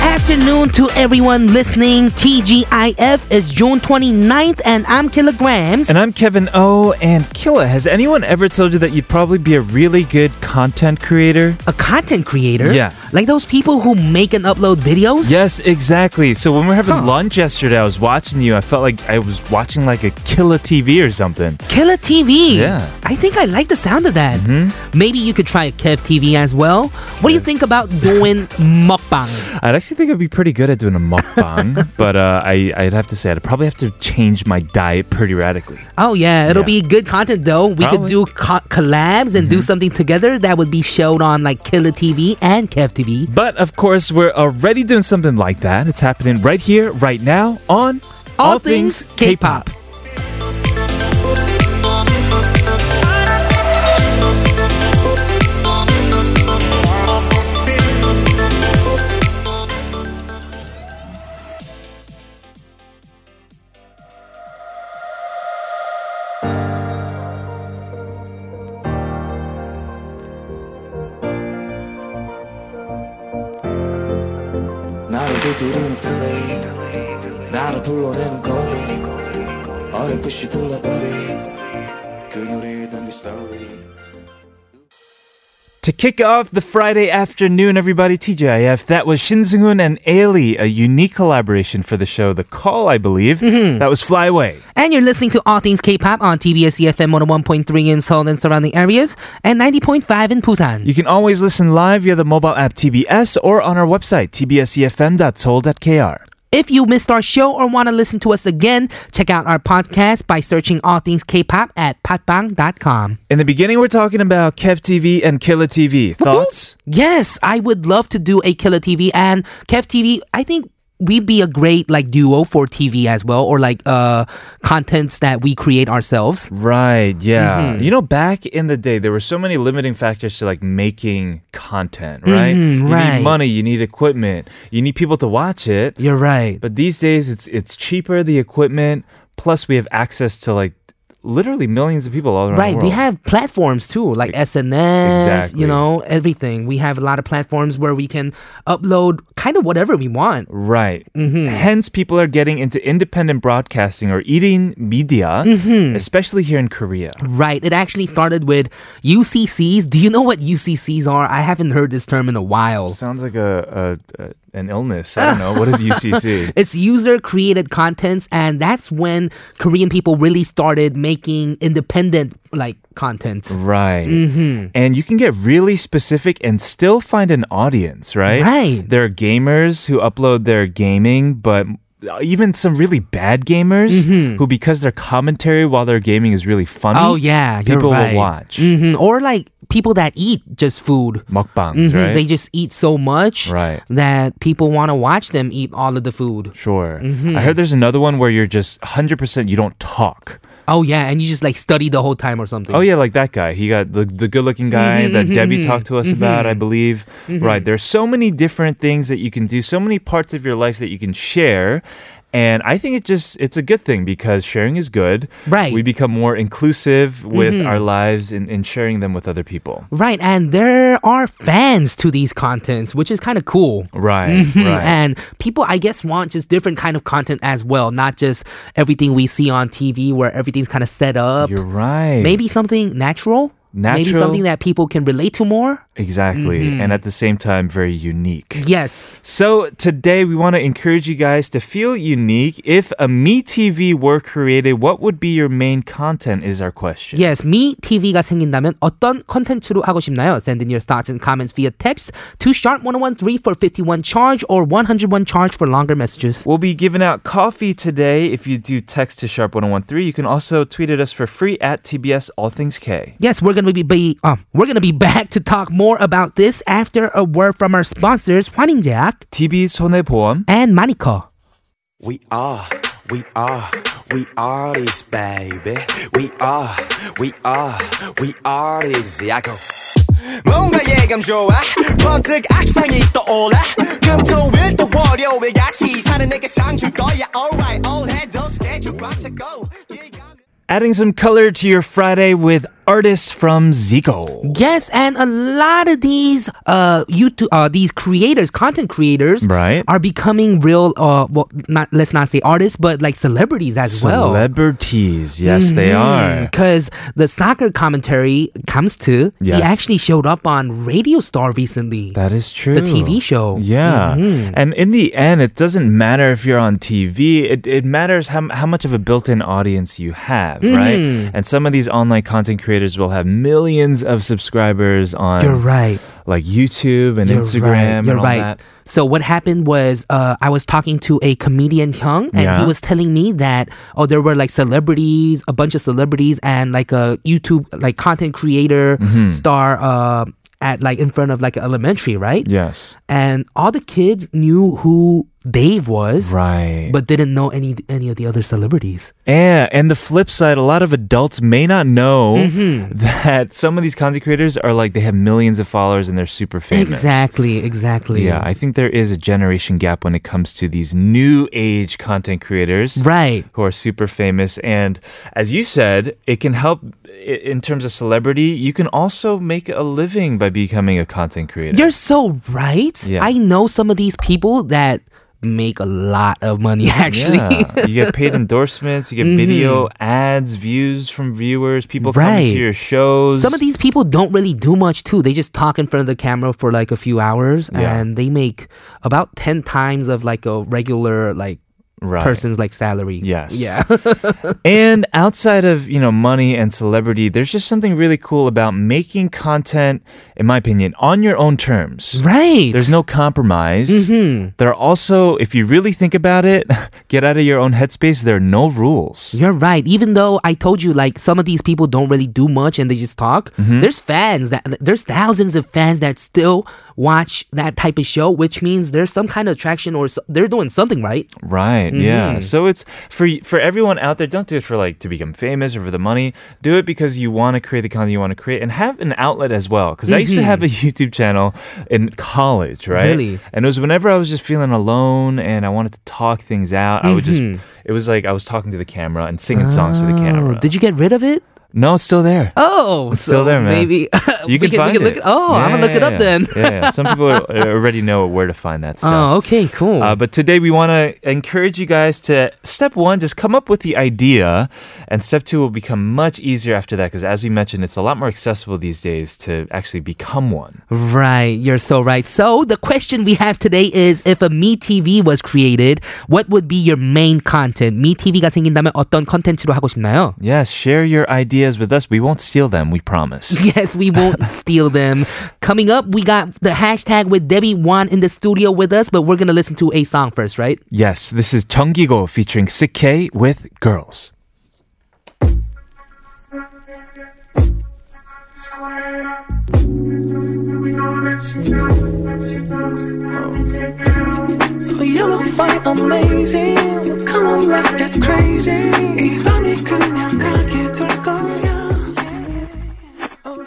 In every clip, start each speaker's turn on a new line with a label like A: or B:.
A: afternoon to everyone listening. TGIF is June 29th, and I'm Kilograms.
B: And I'm Kevin O. And Killa, has anyone ever told you that you'd probably be a really good content creator?
A: a content creator.
B: Yeah.
A: Like those people who make and upload videos.
B: Yes, exactly. So when we were having
A: Huh.
B: lunch yesterday, I was watching you. I felt like I was watching like a Killa TV or something.
A: Killer TV.
B: Yeah. Mm-hmm.
A: I think I like the sound of that. Maybe you could try a Kev TV as well. What do you think about doing mukbang?
B: I'd actually think I'd be pretty good at doing a mukbang, but uh, I, I'd have to say I'd probably have to change my diet pretty radically.
A: Oh yeah, it'll be
B: Yeah.
A: good content though. We could
B: Probably.
A: do
B: Mm-hmm.
A: co- collabs and do something together that would be showed on like Killer TV and Kev TV.
B: But of course, we're already doing something like that. It's happening right here, right now on
A: All Things K-Pop.
C: 나를 두드리는 feeling 나를 불러내는 calling 어렴풋이 불러버린 그 노래에 담긴 story
B: To kick off the Friday afternoon, everybody, TGIF, that was Shin Seung-hoon and Ailey, a unique collaboration for the show The Call, I believe. That was Fly Away.
A: And you're listening to All Things K-pop on TBS EFM 101.3 in Seoul and surrounding areas and 90.5 in Busan.
B: You can always listen live via the mobile app TBS or on our website, E tbsefm.soul.kr.
A: If you missed our show or want to listen to us again, check out our podcast by searching All Things K-pop at patbang.com.
B: In the beginning, we're talking about Kev TV and Killa TV. Thoughts?
A: Yes, I would love to do a Killer TV and Kev TV. I think we'd be a great like duo for TV as well or like uh contents that we create ourselves.
B: Right, yeah. You know, back in the day, there were so many limiting factors to like making content, right?
A: Mhm,
B: you
A: right.
B: need money, you need equipment, you need people to watch it.
A: You're right.
B: But these days, it's it's cheaper the equipment. Plus, we have access to like literally millions of people all around
A: Right,
B: the world. E-
A: we have platforms too, like SNS,
B: Exactly.
A: you know, everything. We have a lot of platforms where we can upload kind of whatever we want.
B: Right.
A: Mm-hmm.
B: Hence, people are getting into independent broadcasting or eating media,
A: Mm-hmm.
B: especially here in Korea.
A: Right. It actually started with UCCs. Do you know what UCCs are? I haven't heard this term in a while.
B: Sounds like a, a, a an illness. I don't know. What is UCC?
A: It's user created contents, and that's when Korean people really started making independent like content.
B: Right.
A: Mm-hmm.
B: And you can get really specific and still find an audience, right?
A: Right.
B: There are gamers who upload their gaming, but even some really bad gamers who, because their commentary while they're gaming is really funny,
A: Mm-hmm. Oh yeah, you're
B: people
A: right.
B: will watch
A: Mhm. Or like people that eat just food. Mhm.
B: mukbangs, right?
A: They just eat so much
B: Right.
A: that people want to watch them eat all of the food.
B: Sure.
A: Mm-hmm.
B: I heard there's another one where you're just 100% you don't talk.
A: Oh yeah, and you just like study the whole time or something.
B: Oh yeah, like that guy. He got the, the good looking guy
A: Mm-hmm,
B: that Debbie talked to us about, I believe. Right. There's so many different things that you can do, so many parts of your life that you can share. And I think it just it's a good thing because sharing is good.
A: Right. Mm-hmm.
B: We become more inclusive with our lives and, and sharing them with other people.
A: Right, and there are fans to these contents, which is kind of cool.
B: Right.
A: Mm-hmm.
B: Right.
A: And people, I guess, want just different kind of content as well, not just everything we see on TV where everything's kind of set up.
B: You're right.
A: Maybe something natural. Maybe
B: Natural.
A: something that people can relate to more.
B: Exactly.
A: Mm-hmm.
B: And at the same time very unique.
A: Yes.
B: So today we want to encourage you guys to feel unique. If a Me TV were created, what would be your main content? Is our question.
A: Yes, Me TV가 생긴다면 어떤 컨텐츠로 하고 싶나요? Send in your thoughts and comments via text to sharp 1013 for 51 charge or 101 charge for longer messages.
B: We'll be giving out coffee today. If you do text to sharp1013, you can also tweet at us for free at TBS All Things K.
A: Yes, we're gonna be, be uh, we're gonna be back to talk more about this after a word from our sponsors 환인제약
B: TB 손해보험.
A: and Manico.
C: We are, we are, we are this baby. We are, we are, we are this. I go. 뭔가 예감 좋아 번뜩 악상이 떠올라 금토일 또 월요일 같이 사는 내게 상줄 거야 alright all head those schedule 꽉 잡고
B: Adding some color to your Friday with artist from Zico.
A: Yes, and a lot of these uh YouTube uh these creators, content creators,
B: Right.
A: are becoming real uh well not let's not say artists, but like celebrities as well. Mm-hmm.
B: Celebrities. Yes, they are.
A: Because the soccer commentary comes to
B: Yes.
A: he actually showed up on Radio Star recently.
B: That is true.
A: TV show. Mm-hmm.
B: Yeah. And in the end, it doesn't matter if you're on TV. It, it matters how, how much of a built in audience you have,
A: Mm-hmm.
B: right? And some of these online content creators will have millions of subscribers on
A: You're right.
B: like YouTube and
A: You're
B: Instagram
A: right.
B: and
A: You're
B: all
A: right.
B: that.
A: So what happened was uh, I was talking to a comedian Hyung, and
B: Yeah.
A: he was telling me that oh there were like celebrities, a bunch of celebrities, and like a YouTube like content creator
B: Mm-hmm.
A: star uh, at like in front of like an elementary, right?
B: Yes.
A: And all the kids knew who Dave was,
B: Right.
A: but didn't know any any of the other celebrities.
B: Yeah, and the flip side, a lot of adults may not know
A: Mm-hmm.
B: that some of these content creators are like they have millions of followers and they're super famous.
A: Exactly, exactly.
B: Yeah, I think there is a generation gap when it comes to these new age content creators
A: right.
B: who are super famous. And as you said, it can help i- in terms of celebrity. You can also make a living by becoming a content creator.
A: You're so right.
B: Yeah.
A: I know some of these people that make a lot of money actually. Mm-hmm.
B: Yeah. you get paid endorsements, you get video ads, views from viewers, people coming to
A: Right.
B: your shows.
A: Some of these people don't really do much too. They just talk in front of the camera for like a few hours
B: Yeah.
A: and they make about 10 times of like a regular like
B: right.
A: person's like salary.
B: Yes.
A: Yeah.
B: and outside of, you know, money and celebrity, there's just something really cool about making content, in my opinion, on your own terms.
A: right.
B: There's no compromise.
A: Mm-hmm.
B: There are also, if you really think about it, get out of your own headspace, there are no rules.
A: You're right. Even though I told you like some of these people don't really do much and they just talk,
B: Mm-hmm.
A: there's fans that there's thousands of fans that still watch that type of show, which means there's some kind of attraction or so, they're doing something right.
B: Right.
A: Mm-hmm.
B: Yeah. So it's for for everyone out there, don't do it for like to become famous or for the money. Do it because you want to create the content you want to create and have an outlet as well. Because I used to have a YouTube channel in college, right?
A: Mm-hmm. Really?
B: And it was whenever I was just feeling alone and I wanted to talk things out, I would just
A: Mm-hmm.
B: it was like I was talking to the camera and singing songs to the camera.
A: Oh, Did you get rid of it?
B: no, it's still there.
A: Oh,
B: It's
A: so
B: still there, man.
A: Maybe
B: You
A: Uh, we
B: can, find
A: we can
B: it.
A: look oh, I'm gonna look it up then.
B: yeah, yeah. Some people are- already know where to find that
A: Oh,
B: stuff.
A: okay, cool.
B: Uh, but today we want to encourage you guys to step one, just come up with the idea, and step two will become much easier after that because, as we mentioned, it's a lot more accessible these days to actually become one.
A: right, you're so right. So the question we have today is: If a Me TV was created, what would be your main content? Me TV가 생긴다면 어떤 컨텐츠로 하고 싶나요?
B: Yes, share your ideas with us. We won't steal them, we promise.
A: Yes, we won't steal them. Coming up, we got the hashtag with Debbie Wan in the studio with us, but we're gonna listen to a song first, right?
B: yes, this is Chunggigo featuring Sikkei with Girls.
D: You look fine, amazing. Come on, let's get crazy. 이 밤이 그냥 가게 둘 거야. Oh, 어우,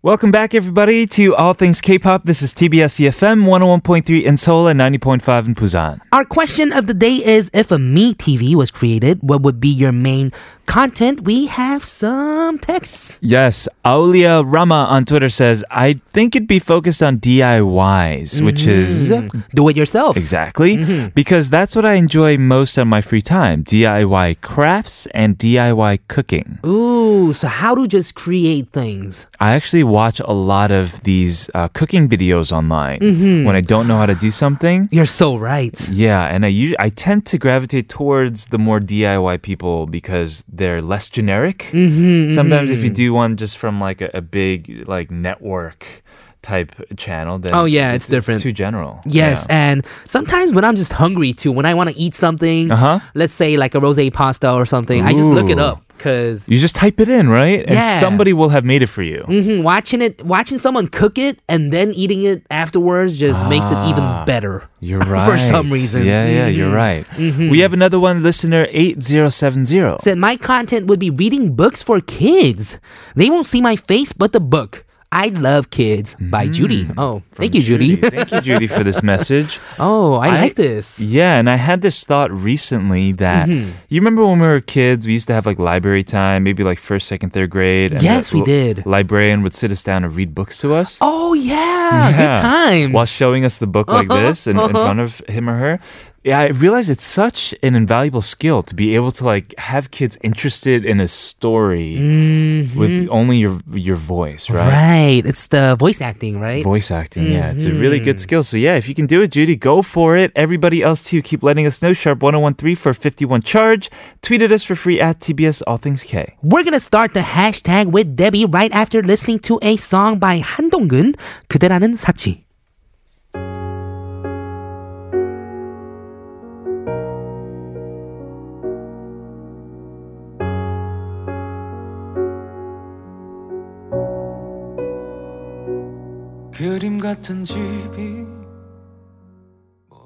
B: Welcome back, everybody, to All Things K-pop. This is TBS EFM 101.3 in Seoul and 90.5 in Busan.
A: Our question of the day is if a Me TV was created, what would be your main content? We have some texts.
B: Yes, Aulia Rama on Twitter says, I think it'd be focused on DIYs, which is
A: Do it yourself.
B: Exactly.
A: Mm-hmm.
B: Because that's what I enjoy most on my free time DIY crafts and DIY cooking.
A: Ooh, so how to just create things.
B: I actually watch a lot of these uh, cooking videos online
A: Mm-hmm.
B: when I don't know how to do something.
A: You're so right.
B: Yeah, and I usually I tend to gravitate towards the more DIY people because they're less
A: Mm-hmm,
B: generic. Sometimes if you do one just from like a, a big like network, type channel, then
A: Oh, yeah, it's different.
B: It's too general.
A: Yes,
B: Yeah.
A: and sometimes when I'm just hungry too, when I want to eat something,
B: Uh-huh.
A: let's say like a rosé pasta or something, I just look it
B: Ooh.
A: up because
B: You just type it in, right?
A: Yeah.
B: And somebody will have made it for you.
A: watching it, watching someone cook it and then eating it afterwards just makes it even better.
B: Ah, You're right.
A: For some reason. Mm-hmm.
B: Yeah, yeah, you're right. We have another one, listener 8070.
A: Said my content would be reading books for kids. They won't see my face, but the book. I love kids by Judy. Oh, thank you, Judy.
B: Thank you, Judy, for this message.
A: oh, I,
B: I-
A: like this. Mm-hmm.
B: Yeah, and I had this thought recently that you remember when we were kids, we used to have like library time, maybe like first, second, third grade. And
A: Yes,
B: the
A: we did.
B: Librarian would sit us down and read books to us.
A: Oh yeah, good times. Uh-huh.
B: While showing us the book like this and in front of him or her. Yeah, I realize it's such an invaluable skill to be able to like have kids interested in a story with only your your voice, right?
A: Mm-hmm. right, it's the voice acting, right?
B: Voice acting, yeah, it's a really good
A: Mm-hmm.
B: skill. So yeah, if you can do it, Judy, go for it. Everybody else too, keep letting us know. Sharp 1013 for 51 charge. Tweet at us for free at TBS All Things K.
A: We're gonna start the hashtag with Debbie right after listening to a song by 한동근, 그대라는 사치.
D: 그림 같은 집이
C: 뭐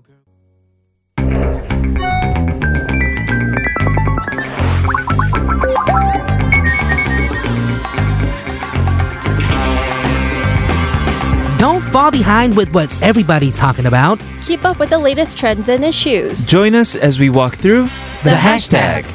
A: Don't fall behind with what everybody's talking about.
E: Keep up with the latest trends and issues.
B: Join us as we walk through
A: The hashtag.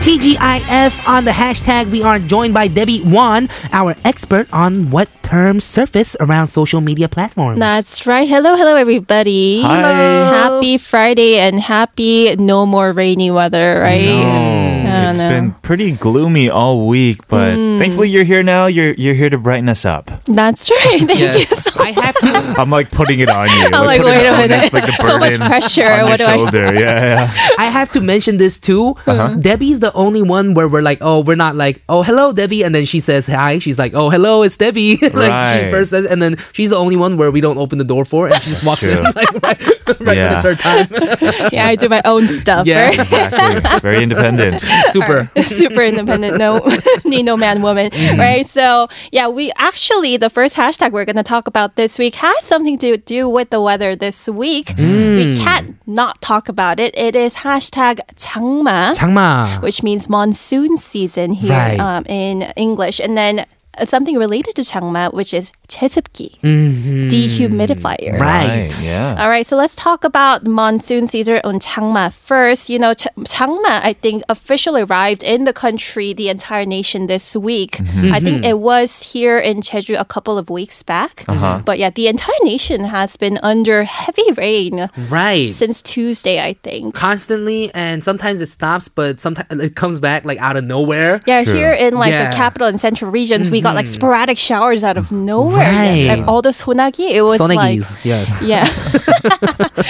A: TGIF on the hashtag. We are joined by Debbie Wan, our expert on what terms surface around social media platforms.
E: That's right. Hello, hello, everybody.
B: Hi. Hello.
E: Happy Friday and happy no more rainy weather, right? I
B: No,
E: don't
B: Mm. it's
E: know. Mm.
B: been pretty gloomy all week, but thankfully you're here now. You're you're here to brighten us up.
E: That's right. Thank you
A: Yes.
E: so
A: I have to
B: I'm like putting it on you. I'm
E: like, wait a minute. so much pressure. What do I?
B: I? Yeah, yeah.
A: I have to mention this too.
B: Uh-huh.
A: Debbie's the only one where we're like, oh, we're not like, oh, hello, Debbie. And then she says hi. She's like, oh, hello, it's Debbie. like she
B: Right.
A: first says, and then she's the only one where we don't open the door for, and she just walks in
B: true.
A: like right, right when
B: Yeah.
A: it's her time.
E: Yeah, I do my own stuff.
A: Yeah.
E: right?
B: Exactly. Very independent.
A: Super.
E: super independent no need no man woman
B: Mm-hmm.
E: right so yeah we actually the first hashtag we're going to talk about this week has something to do with the weather this week we
B: Mm.
E: can't not talk about it it is hashtag 장마
A: 장마.
E: which means monsoon season here
A: Right.
E: um, in English. And then uh, something related to 장마, which is 제습기, dehumidifier.
A: Mm-hmm. Right.
B: Yeah.
E: All right, Um, so let's talk about monsoon season on Changma first. You know, Ch- Changma, I think, officially arrived in the country, the entire nation this week.
A: Mm-hmm.
E: I think it was here in Jeju a couple of weeks back. But yeah, the entire nation has been under heavy rain
A: Right.
E: since Tuesday, I think.
A: Constantly, and sometimes it stops, but sometimes it comes back like out of nowhere.
E: Yeah, here in like
A: Yeah.
E: the capital and central regions, we got like sporadic showers out of nowhere.
A: Right.
E: Like all the sonagi, it was like
A: Sonegis. yes.
E: yeah,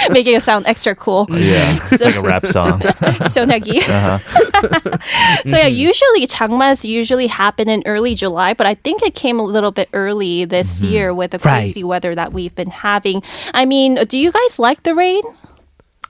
E: making it sound extra cool.
B: Yeah. It's like a rap song.
E: Sonagi.
A: Uh-huh.
E: so
A: Mm-hmm.
E: yeah, usually changmas usually happen in early July, but I think it came a little bit early this year with the
A: Mm-hmm. Right.
E: crazy weather that we've been having. I mean, do you guys like the rain?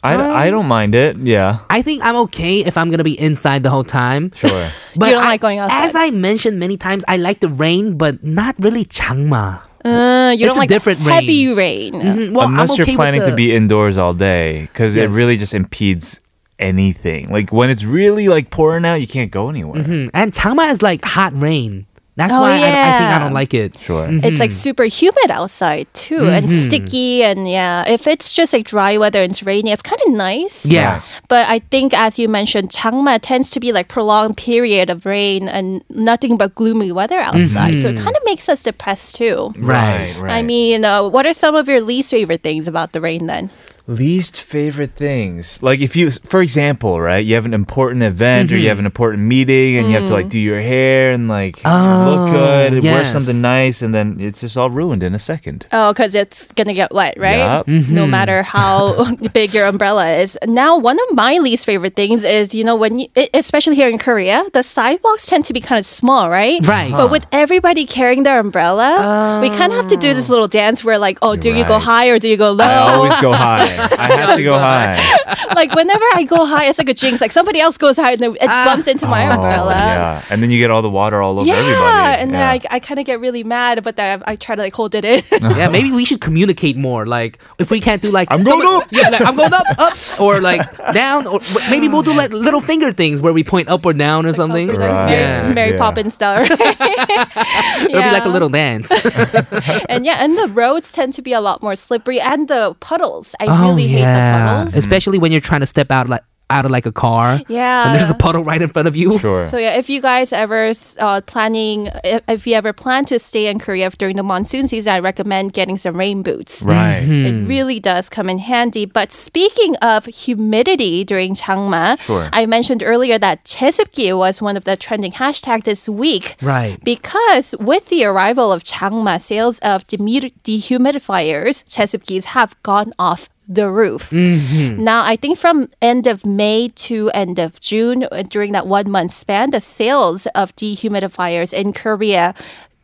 B: I, I don't mind it. Yeah.
A: I think I'm okay if I'm gonna be inside the whole time.
B: Sure.
A: But
E: You don't
A: I-
E: like going outside.
A: As I mentioned many times, I like the rain, but not really changma.
E: Uh, you
A: It's
E: don't
A: a
E: like
A: different
E: heavy rain.
A: Mm, Well,
B: Unless
A: I'm okay
B: you're planning
A: with the,
B: to be indoors all day, because
A: Yes.
B: it really just impedes anything. Like when it's really like pouring out, you can't go anywhere.
A: Mm,
E: Mm-hmm.
A: and changma is like hot rain. That's
E: Oh,
A: why I, I think I
E: yeah.
A: don't like it.
B: Sure.
A: Hmm.
E: It's like super humid outside too,
A: Mm-hmm.
E: and sticky, and yeah. If it's just like dry weather and it's raining, it's kind of nice.
A: Yeah.
E: But I think, as you mentioned, Changma tends to be like prolonged period of rain and nothing but gloomy weather outside. So it kind of makes us depressed too.
A: Mm-hmm. Right.
B: Right.
E: I mean, uh, what are some of your least favorite things about the rain then?
B: least favorite things. Like if you, for example, right, you have an important event or you
E: Mm-hmm.
B: have an important meeting and you have to
E: Mm.
B: like do your hair and like
E: Oh,
B: look good and wear
A: yes.
B: something nice, and then it's just all ruined in a second.
E: Oh, because it's gonna get wet, right?
B: Yup. Mhm.
E: No matter how big your umbrella is. Now, one of my least favorite things is you know when you, e- especially here in Korea, the sidewalks tend to be kind of small, right?
A: Right.
E: But with everybody carrying their umbrella, we kind of have to do this little dance where like, oh, do you go
B: right.
E: high or do you go
B: I
E: low?
B: always go high. I have to go high.
E: like whenever I go high, it's like a jinx. Like somebody else goes high and then it bumps into my umbrella.
B: yeah, and then you get all the water all over
E: Yeah,
B: Oh, everybody.
E: and then I, I kind of get really mad, but then I, I try to like hold it in.
A: yeah, maybe we should communicate more. Like, if we can't do like
B: I'm going
A: some-
B: up!
A: yeah, like, I'm going up, up, or like down, or but maybe we'll do like little finger things where we point up or down or something.
E: Like
B: Right.
E: Mary,
A: Yeah.
E: Mary
B: yeah.
E: Poppins style. Right?
A: It'll be like
E: Yeah.
A: a little dance.
E: and yeah, and the roads tend to be a lot more slippery, and the puddles. I
A: Oh,
B: Oh,
E: really hate the puddles.
A: especially when you're trying to step out like out of like a car.
E: Yeah.
A: and there's a puddle right in front of you.
B: sure.
E: So yeah, if you guys ever uh, planning, if, if you ever plan to stay in Korea during the monsoon season, I recommend getting some rain boots.
B: right.
E: It really does come in handy. But speaking of humidity during Changma,
B: Sure.
E: I mentioned earlier that 제습기 was one of the trending hashtag this week.
A: Right.
E: Because with the arrival of Changma, sales of demu- dehumidifiers, 제습기s, have gone off the roof.
B: Mm-hmm.
E: Now, I think from end of May to end of June, uh, during that one month span, the sales of dehumidifiers in Korea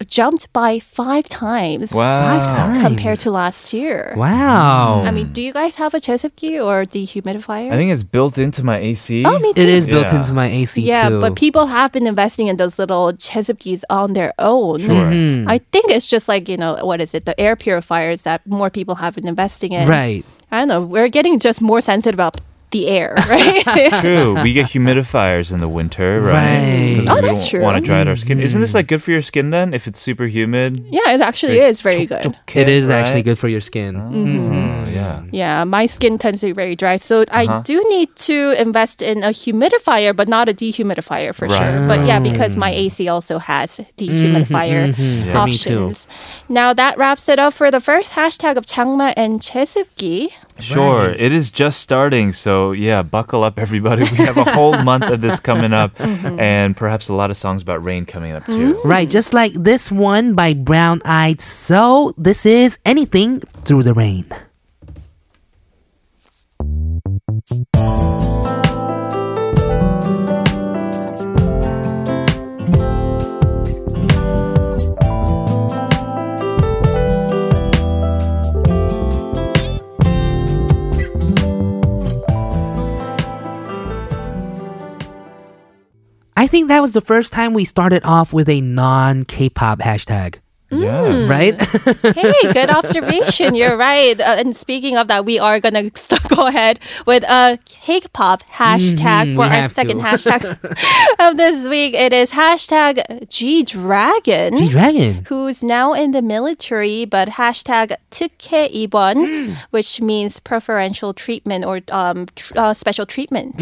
E: jumped by five times
B: Wow.
E: compared to last year.
A: Wow.
E: I mean, do you guys have a chesekki or dehumidifier?
B: I think it's built into my AC.
E: oh, me too.
A: It is built
B: Yeah.
A: into my AC
E: Yeah,
A: too.
E: but people have been investing in those little chesekis on their own.
B: Sure.
E: I think it's just like, you know, what is it? The air purifiers that more people have been investing in.
A: right.
E: I don't know. We're getting just more sensitive about the air, right?
B: True. We get humidifiers in the winter, right?
A: Right.
B: Because
E: Oh,
B: we
E: that's true. Mm-hmm.
B: Want to dry out our skin? Isn't this like good for your skin then? If it's super humid.
E: yeah, it actually is very good.
B: Okay,
A: it is
B: right?
A: actually good for your skin.
E: Mm-hmm.
B: Mm, yeah.
E: Yeah, my skin tends to be very dry. So
A: Uh-huh.
E: I do need to invest in a humidifier, but not a dehumidifier for sure.
B: Right.
E: But yeah, because my AC also has dehumidifier
A: For me too.
E: options. Now that wraps it up for the first hashtag of Changma and Chesupgi.
B: Sure. It is just starting. So, yeah, buckle up, everybody. We have a whole month of this coming up
E: Mm-hmm.
B: and perhaps a lot of songs about rain coming up, too.
A: Right, just like this one by Brown Eyed. So this is anything through the rain. I think that was the first time we started off with a non K pop hashtag,
E: Mm-hmm.
B: Yes.
A: right?
E: Hey, good observation. You're right. Uh, and speaking of that, we are gonna go ahead with a cake pop hashtag
A: Mhm, we
E: for our
A: have
E: second
A: to.
E: hashtag of this week. It is hashtag G Dragon.
A: G Dragon.
E: who's now in the military, but hashtag 특혜 입원, which means preferential treatment or um, tr- uh, special treatment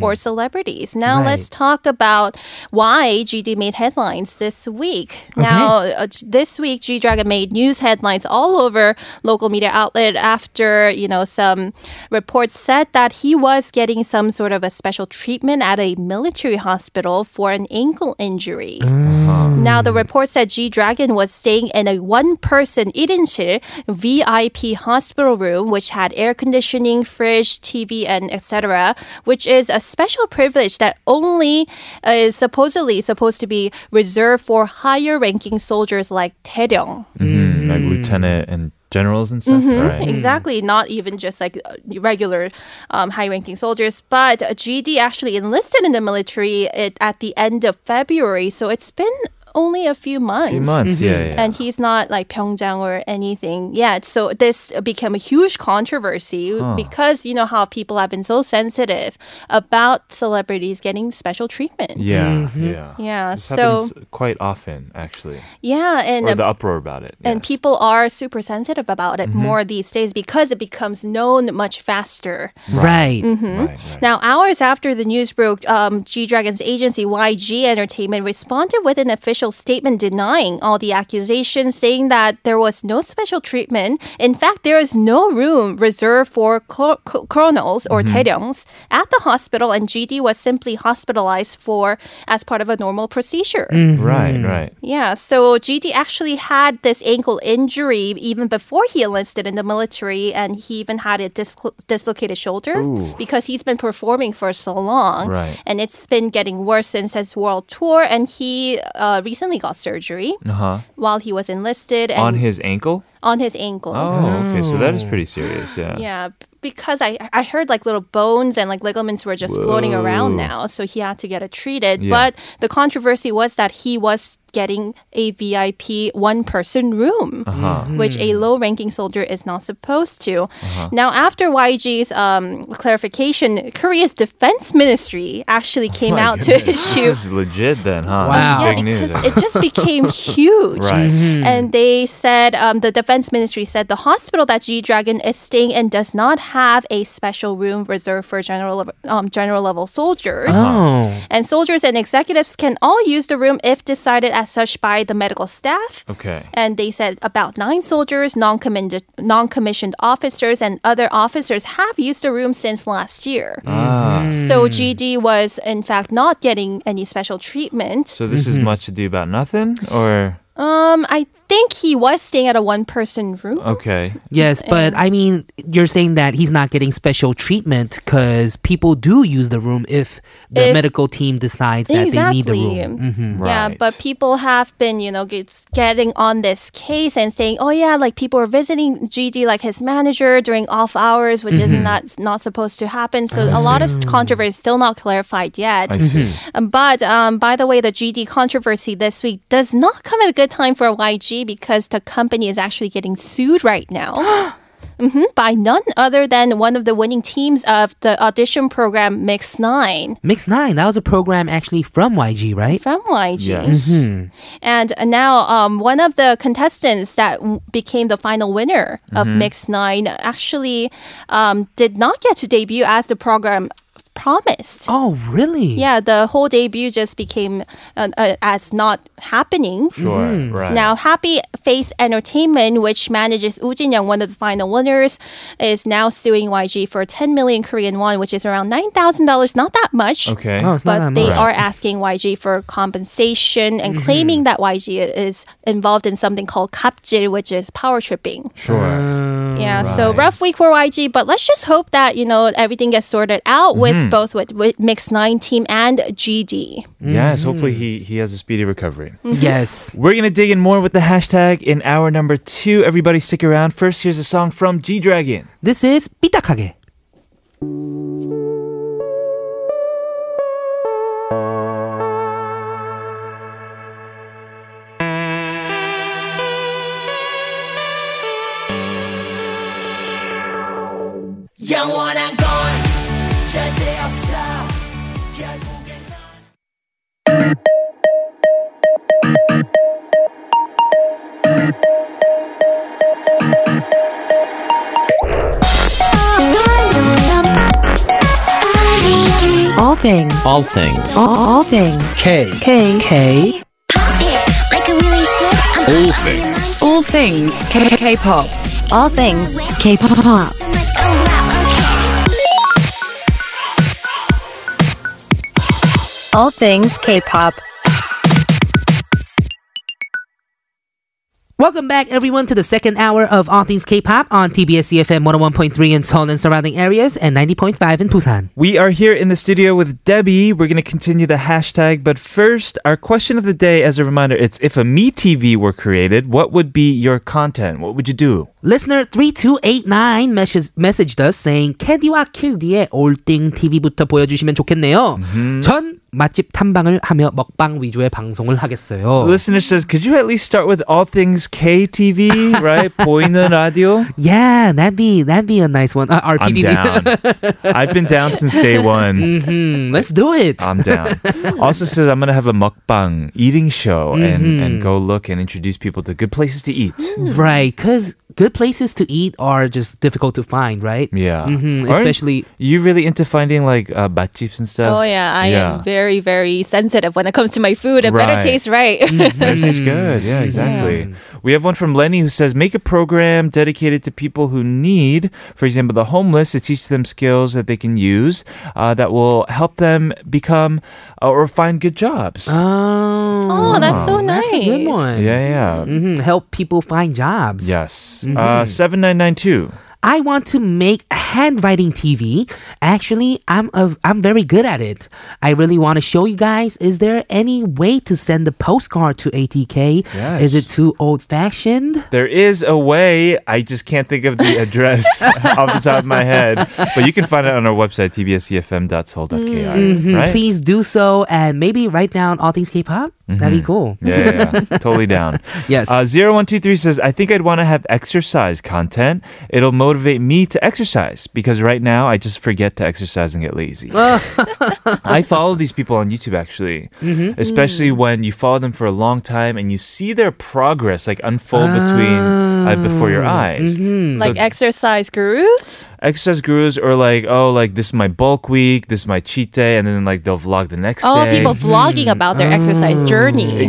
E: for celebrities. Now
A: Right.
E: let's talk about why GD made headlines this week. Now, uh, j- this week, G Dragon made news headlines all over local media outlet after, you know, some reports said that he was getting some sort of a special treatment at a military hospital for an ankle injury. Now, the report said G Dragon was staying in a one person Irinshil VIP hospital room, which had air conditioning, fridge, TV, and etc., which is a special privilege that only uh, is supposedly supposed to be reserved for higher ranking soldiers like Taedong.
A: Mm-hmm.
B: Mm, like lieutenant and generals and stuff.
E: Mm-hmm.
B: Right.
E: Exactly, not even just like uh, regular um, high ranking soldiers, but GD actually enlisted in the military it, at the end of February, so it's been only a few months.
B: Few months. Yeah. yeah.
E: Mm-hmm. and he's not like Pyeongjang or anything yet. So this became a huge controversy because you know how people have been so sensitive about celebrities getting special treatment.
B: yeah.
A: Mm-hmm.
B: Yeah.
E: Yeah,
B: This
E: so-
B: happens quite often, actually.
E: Yeah, and
B: Or the Mm-hmm. uproar about it.
E: and
B: yes.
E: people are super sensitive about it more these days because it becomes known much faster.
A: Right.
E: Mm-hmm.
B: Right, right.
E: Now, hours after the news broke, um, G Dragon's agency YG Entertainment responded with an official official statement denying all the accusations, saying that there was no special treatment. In fact, there is no room reserved for cor- cor- coronals or taerungs at the hospital, and GD was simply hospitalized for as part of a normal procedure.
A: Mm-hmm.
B: Right, right.
E: Yeah, so GD actually had this ankle injury even before he enlisted in the military, and he even had a dis- dislocated shoulder because he's been performing for so long.
B: Right.
E: And it's been getting worse since his world tour, and he uh, recently got surgery
B: Uh-huh.
E: while he was enlisted and
B: On his ankle?
E: on his ankle.
B: Oh, okay. So that is pretty serious. Yeah.
E: Yeah, b- because I I heard like little bones and like ligaments were just floating around now, so he had to get it treated.
B: Yeah.
E: But the controversy was that he was getting a VIP one person room,
B: Uh-huh. Mm-hmm.
E: which a low ranking soldier is not supposed to.
B: Uh-huh.
E: Now, after YG's um, clarification, Korea's defense ministry actually came
B: Oh My
E: out to
B: goodness.
E: issue.
B: This is legit then, huh?
A: Wow.
B: This
E: Yeah,
B: is big news.
E: because it just became huge.
B: Right.
E: And they said, um, the defense ministry said the hospital that G Dragon is staying in does not have a special room reserved for general lev- um, general level soldiers.
A: Oh.
E: And soldiers and executives can all use the room if decided as such by the medical staff.
B: Okay.
E: And they said about nine soldiers, non-commissioned, non-commissioned officers, and other officers have used the room since last year.
A: Mm-hmm.
B: Ah.
E: So GD was, in fact, not getting any special treatment.
B: So this
A: Mm-hmm.
B: is much ado about nothing or
E: Um, I think he was staying at a one-person room.
B: okay.
A: Yes, but I mean, you're saying that he's not getting special treatment because people do use the room if the
E: If-
A: medical team decides that they need the room. Mm-hmm.
E: Yeah,
B: Right.
E: but people have been, you know, gets getting on this case and saying, "Oh yeah, like people are visiting GD, like his manager during off hours, which is not not supposed to happen." So
A: Oh,
E: a lot of controversy is still not clarified yet.
B: I
A: Mm-hmm.
B: see.
E: Um, But um, by the way, the GD controversy this week does not come at a good time for YG because the company is actually getting sued right now. hmm by none other than one of the winning teams of the audition program Mix 9
A: Mix 9, that was a program actually from YG, right?
E: from YG.
B: Yes.
A: Mm-hmm.
E: And now, um, one of the contestants that w- became the final winner of Mix 9 actually um, did not get to debut as the program promised.
A: Oh, really?
E: Yeah, the whole debut just became uh, uh, as not happening.
B: Sure.
A: Mm-hmm.
B: Right.
E: Now, Happy Face Entertainment, which manages Woo Jin Young, one of the final winners, is now suing YG for 10 million Korean won, which is around $9,000. Not that much.
B: okay.
A: Oh, it's not
E: But
A: that
E: they
A: much. Mm-hmm.
E: are asking YG for compensation and claiming that YG is involved in something called kapjil, which is power tripping.
B: sure.
A: Uh, Mm,
E: yeah, so rough week for YG, but let's just hope that you know everything gets sorted out
A: Mm-hmm.
E: with both with, with Mix Nine team and GD.
B: Yes,
A: mm-hmm.
B: hopefully he he has a speedy recovery.
A: Yes.
B: We're going to dig in more with the hashtag in hour number 2. Everybody stick around. First, here's a song from G-Dragon.
A: This is 삐딱하게.
D: 영원한 건 절대 없어 결국엔 너
F: All things.
G: All things.
F: All, all things.
G: K.
F: K.
A: K.
G: All things.
F: All things. K. K-pop. All things. K-pop. All things K-pop.
A: Welcome back, everyone, to the second hour of All Things K-pop on TBS EFM 101.3 in Seoul and surrounding areas and 90.5 in Busan.
B: We are here in the studio with Debbie. We're going to continue the hashtag, but first, our question of the day as a reminder, it's if a Me TV were created, what would be your content? What would you do?
A: Listener 3289 message, messaged us saying 캐디와 킬디의 올띵 TV부터 보여주시면 좋겠네요.
B: Mm-hmm.
A: 전 맛집 탐방을 하며 먹방 위주의 방송을 하겠어요.
B: Listener says, could you at least start with all things KTV, right? 보이는 radio.
A: Yeah, that'd be that'd be a nice one. Uh,
B: I'm
A: RPD.
B: down. I've been down since day one.
A: Hmm, let's do it.
B: I'm down. Also says I'm gonna have a
E: Hmm.
B: mukbang eating show and, and go look and introduce people to good places to eat.
A: Right, because good places to eat are just difficult to find, right?
B: Yeah.
A: hmm
B: Aren't
A: Especially
B: you really into finding like uh, batchips and stuff.
E: Oh yeah, I am very very sensitive when it comes to my food. It
B: Right. Mm-hmm.
E: better taste right.
B: That tastes good. Yeah, exactly. We have one from Lenny who says make a program dedicated to people who need, for example, the homeless to teach them skills that they can use uh, that will help them become uh, or find good jobs.
A: Oh,
E: Oh, that's so
A: that's a good
E: nice.
A: one.
B: yeah, yeah.
A: hmm Help people find jobs.
B: Yes. Uh, 7992.
A: I want to make handwriting TV. Actually, I'm a, I'm very good at it. I really want to show you guys. Is there any way to send a postcard to ATK?
B: Yes.
A: Is it too old fashioned?
B: There is a way. I just can't think of the address off the top of my head. But you can find it on our website, tbscfm.soul.kr. Right?
A: Please do so and maybe write down all things K-pop. That'd be
B: Mm-hmm.
A: cool.
B: Yeah, yeah, yeah. totally down.
A: Yes.
B: Uh, 0123 says, I think I'd want to have exercise content. It'll motivate me to exercise because right now I just forget to exercise and get lazy. I follow these people on YouTube actually, especially when you follow them for a long time and you see their progress like unfold between uh, before your eyes. So
E: like exercise gurus.
B: exercise gurus are like, oh, like this is my bulk week, this is my cheat day, and then like they'll vlog the next
E: Oh,
B: day.
E: people vlogging about their
B: Oh.
E: exercise journey.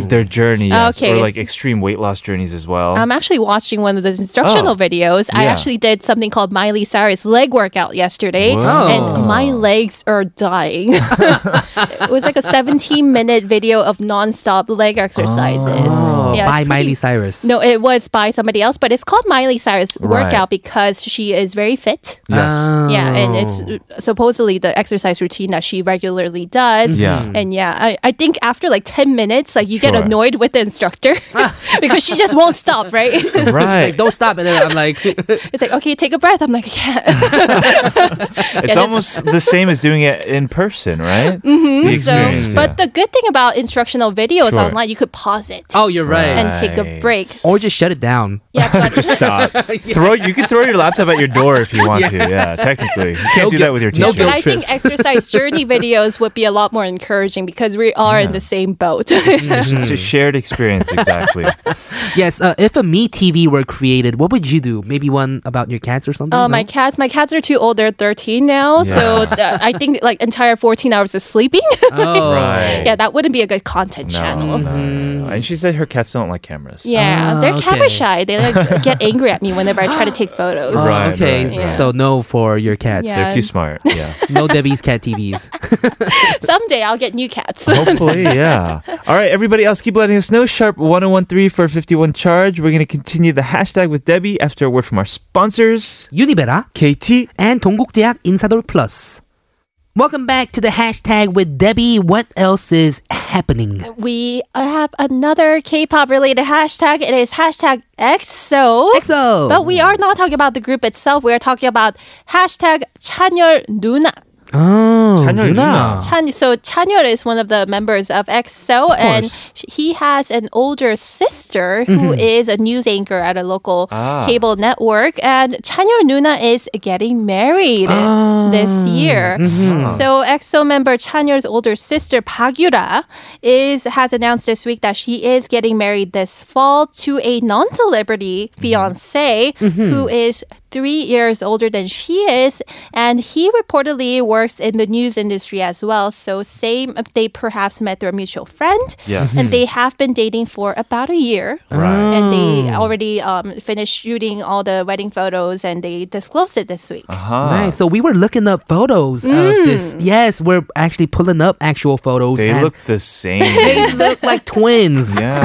B: their journey, yes,
E: Okay,
B: or like
E: s-
B: extreme weight loss journeys as well.
E: I'm actually watching one of those instructional
B: Oh.
E: videos. I
B: Yeah.
E: actually did something called Miley Cyrus leg workout yesterday,
B: Wow.
E: and my legs are dying. it was like a 17 minute video of nonstop leg exercises.
A: Oh,
E: Yeah, it's
A: by Miley
E: pretty-
A: Cyrus.
E: No, it was by somebody else, but it's called Miley Cyrus
B: Right.
E: workout because she is very fit.
B: yes.
E: Yeah, and it's
A: Oh.
B: Oh.
E: uh, supposedly the exercise routine that she regularly does.
B: Yeah.
E: And yeah, I, I think after like 10 minutes, like you
B: Sure.
E: get annoyed with the instructor because she just won't stop, right?
B: Right.
A: Like don't stop. And then I'm like,
E: it's like, okay, take a breath. I'm like, yeah.
B: it's
E: that's-
B: almost the same as doing it in person, right? Mm-hmm. The
E: So,
B: experience.
E: but the good thing about instructional videos
B: Sure.
E: online, you could pause it
A: oh, you're right.
E: and take a break.
A: or just shut it down.
E: Yeah, but
B: Stop. Throw you can throw your laptop at your door if you want to. Yeah, technically. You can't do
A: guilt-
B: that with your teacher.
A: no
E: But
A: guilt.
E: I think
A: trips.
E: exercise journey videos would be a lot more encouraging because we are in the same boat.
A: Mm.
B: It's a shared experience, exactly.
A: Yes. Uh, if a Me TV were created, what would you do? Maybe one about your cats or something.
E: Uh,
B: Mm-hmm.
A: No?
E: my cats, my cats are too old. They're 13 now, so th- I think like entire 14 hours of sleeping.
A: Oh.
B: right.
E: yeah, that wouldn't be a good content
B: No, Oh, no,
E: channel.
B: no, no.
A: Mm-hmm.
B: And she said her cats don't like cameras.
E: Yeah,
A: Ah,
E: they're camera
A: okay.
E: shy. They like get angry at me whenever I try to take photos.
A: Oh,
B: Right,
A: okay.
B: right, right.
A: So no for your cats.
E: Yeah.
B: They're too smart. Yeah.
A: No Debbie's cat TVs.
E: Someday I'll get new cats.
B: Hopefully, yeah. All right, everybody else, keep letting us know. Sharp 1013 for 51 charge. We're going to continue the hashtag with Debbie after a word from our sponsors.
A: Unibera
B: KT,
A: and 동국대학 인사돌 플러스. Welcome back to the hashtag with Debbie. What else is happening?
E: we uh, have another K-pop related hashtag. It is hashtag EXO.
A: EXO.
E: But we are not talking about the group itself. We are talking about hashtag 찬열 누나.
A: Oh,
B: 찬열 누나.
E: Chan, so Chanyeol is one of the members of EXO, and
A: course.
E: sh- he has an older sister who is a news anchor at a local
B: Ah.
E: cable network. And Chanyeol Nuna is getting married this year. So EXO member Chanyeol's older sister Park Yura is has announced this week that she is getting married this fall to a non-celebrity fiance who is three years older than she is, and he reportedly works in the news industry as well. So same, they perhaps met through a mutual friend,
B: Yes.
E: and they have been dating for about a year.
B: Right.
E: And they already um, finished shooting all the wedding photos, and they disclosed it this week.
B: Ah.
A: Nice. So we were looking up photos
E: Mm.
A: of this. Yes, we're actually pulling up actual photos.
B: They
A: and
B: look the same.
A: they look like twins.
B: yeah.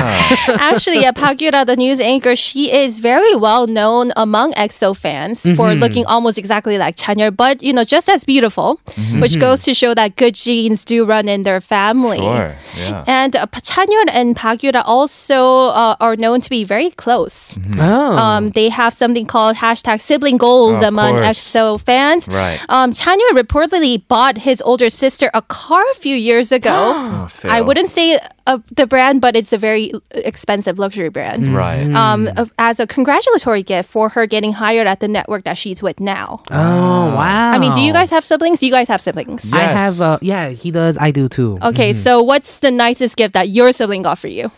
E: Actually, uh, Park Yura, the news anchor, she is very well known among EXO fans for looking almost exactly like Chanyeol, but you know, just as beautiful, which goes to show that good genes do run in their family.
B: Sure. Yeah.
E: And uh, Chanyeol and Park Yura also uh, are known to be very close.
A: Oh.
E: Um, they have something called hashtag sibling goals
B: Mm. Of
E: among
B: course.
E: EXO fans.
B: Right.
E: Um, Chanyeol reportedly bought his older sister a car a few years ago.
B: Oh, fail.
E: I wouldn't say uh, the brand, but it's a very expensive luxury brand.
B: Mm-hmm. Right.
E: Um, of- as a congratulatory gift for her getting hired at the network that she's with now.
A: oh wow.
E: I mean, do you guys have siblings? You guys have siblings.
A: I
B: Yes.
A: have. Uh, yeah, he does. I do too.
B: Mm-hmm.
E: Okay, so what's the nicest gift that your sibling got for you?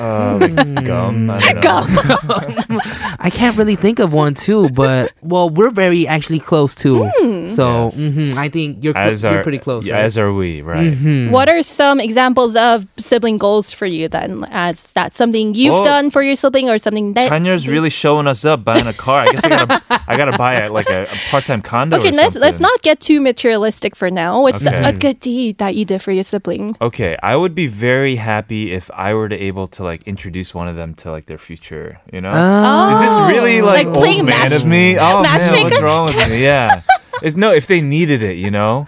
B: Uh,
E: Mm.
B: like gum. I don't know.
A: I can't really think of one too, but well, we're very actually close too.
E: Hmm.
A: So
B: Yes.
A: mhm, I think you're cl-
B: As
A: you're
B: are
A: pretty close.
B: yeah,
A: right?
B: As are we, right?
E: What are some examples of sibling goals for you then? As that's something you've
B: Well,
E: done for your sibling or something that
B: Tanya's really showing us up buying a car. I guess I gotta, I gotta buy a, like a, a part-time condo.
E: Okay,
B: or
E: let's let's
B: something.
E: not get too materialistic for now. What's
B: Okay.
E: a good deed that you did for your sibling?
B: Okay, I would be very happy if I were to able to like introduce one of them to like their future. You know, is this really like,
E: Oh. Like
B: old
E: playing
B: man
E: match-
B: of me? Oh man, what's
E: matchmaker?
B: wrong with me? Yeah, it's, no, if they needed it, you know,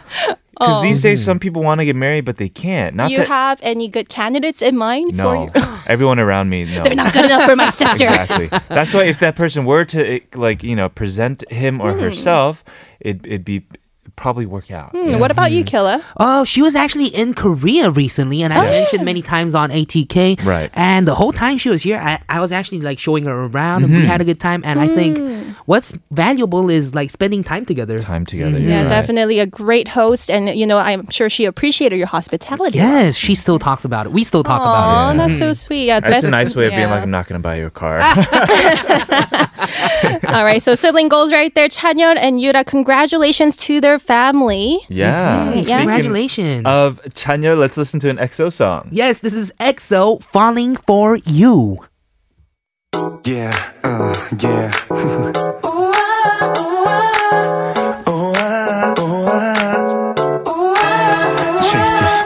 B: because these days some people want to get married but they can't. Not
E: Oh. Do you
B: that
E: have any good candidates in mind for
B: no,
E: you?
B: everyone around me no.
E: They're not good enough for my sister.
B: Exactly. That's why if that person were to eh, like you know present him
E: Hmm.
B: or herself, it it'd be probably work out. you know?
E: Hmm, What about you, Killa?
A: Oh, she was actually in Korea recently, and I mentioned many times on ATK.
B: Right.
A: And the whole time she was here, I, I was actually like showing her around, and we
B: Mm-hmm.
A: had a good time. And I think what's valuable is like spending time together.
B: Mm. Time together.
E: Yeah,
B: you're right.
E: definitely a great host, and you know I'm sure she appreciated your hospitality.
A: Yes, she still talks about it. We still talk about it.
E: Aw, that's so sweet. Yeah,
B: Hmm. That's a
E: best-
B: nice way of being like,
E: yeah. Ah.
B: I'm not going to buy you a car.
E: All right, so sibling goals right there, Chanyeol and Yura. Congratulations to their family.
B: yeah. Speaking
A: Congratulations.
B: Of Chanyeol, let's listen to an EXO song.
A: yes, this is EXO falling for you.
C: Yeah, uh, yeah. Check this.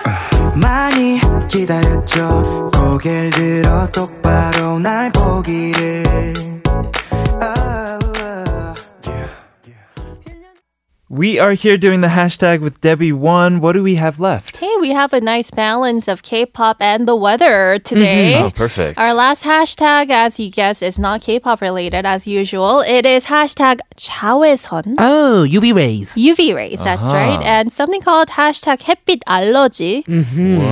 C: 많이 기다렸죠 고개를 들어 똑바로 날 보기를
B: We are here doing the hashtag with Debbie1. What do we have left?
E: Hey, we have a nice balance of K-pop and the weather today.
B: Oh, perfect.
E: Our last hashtag, as you guess, is not K-pop related as usual. It is hashtag 자외선.
A: Oh, UV rays.
E: UV rays, that's right. And something called hashtag 햇빛 알러지,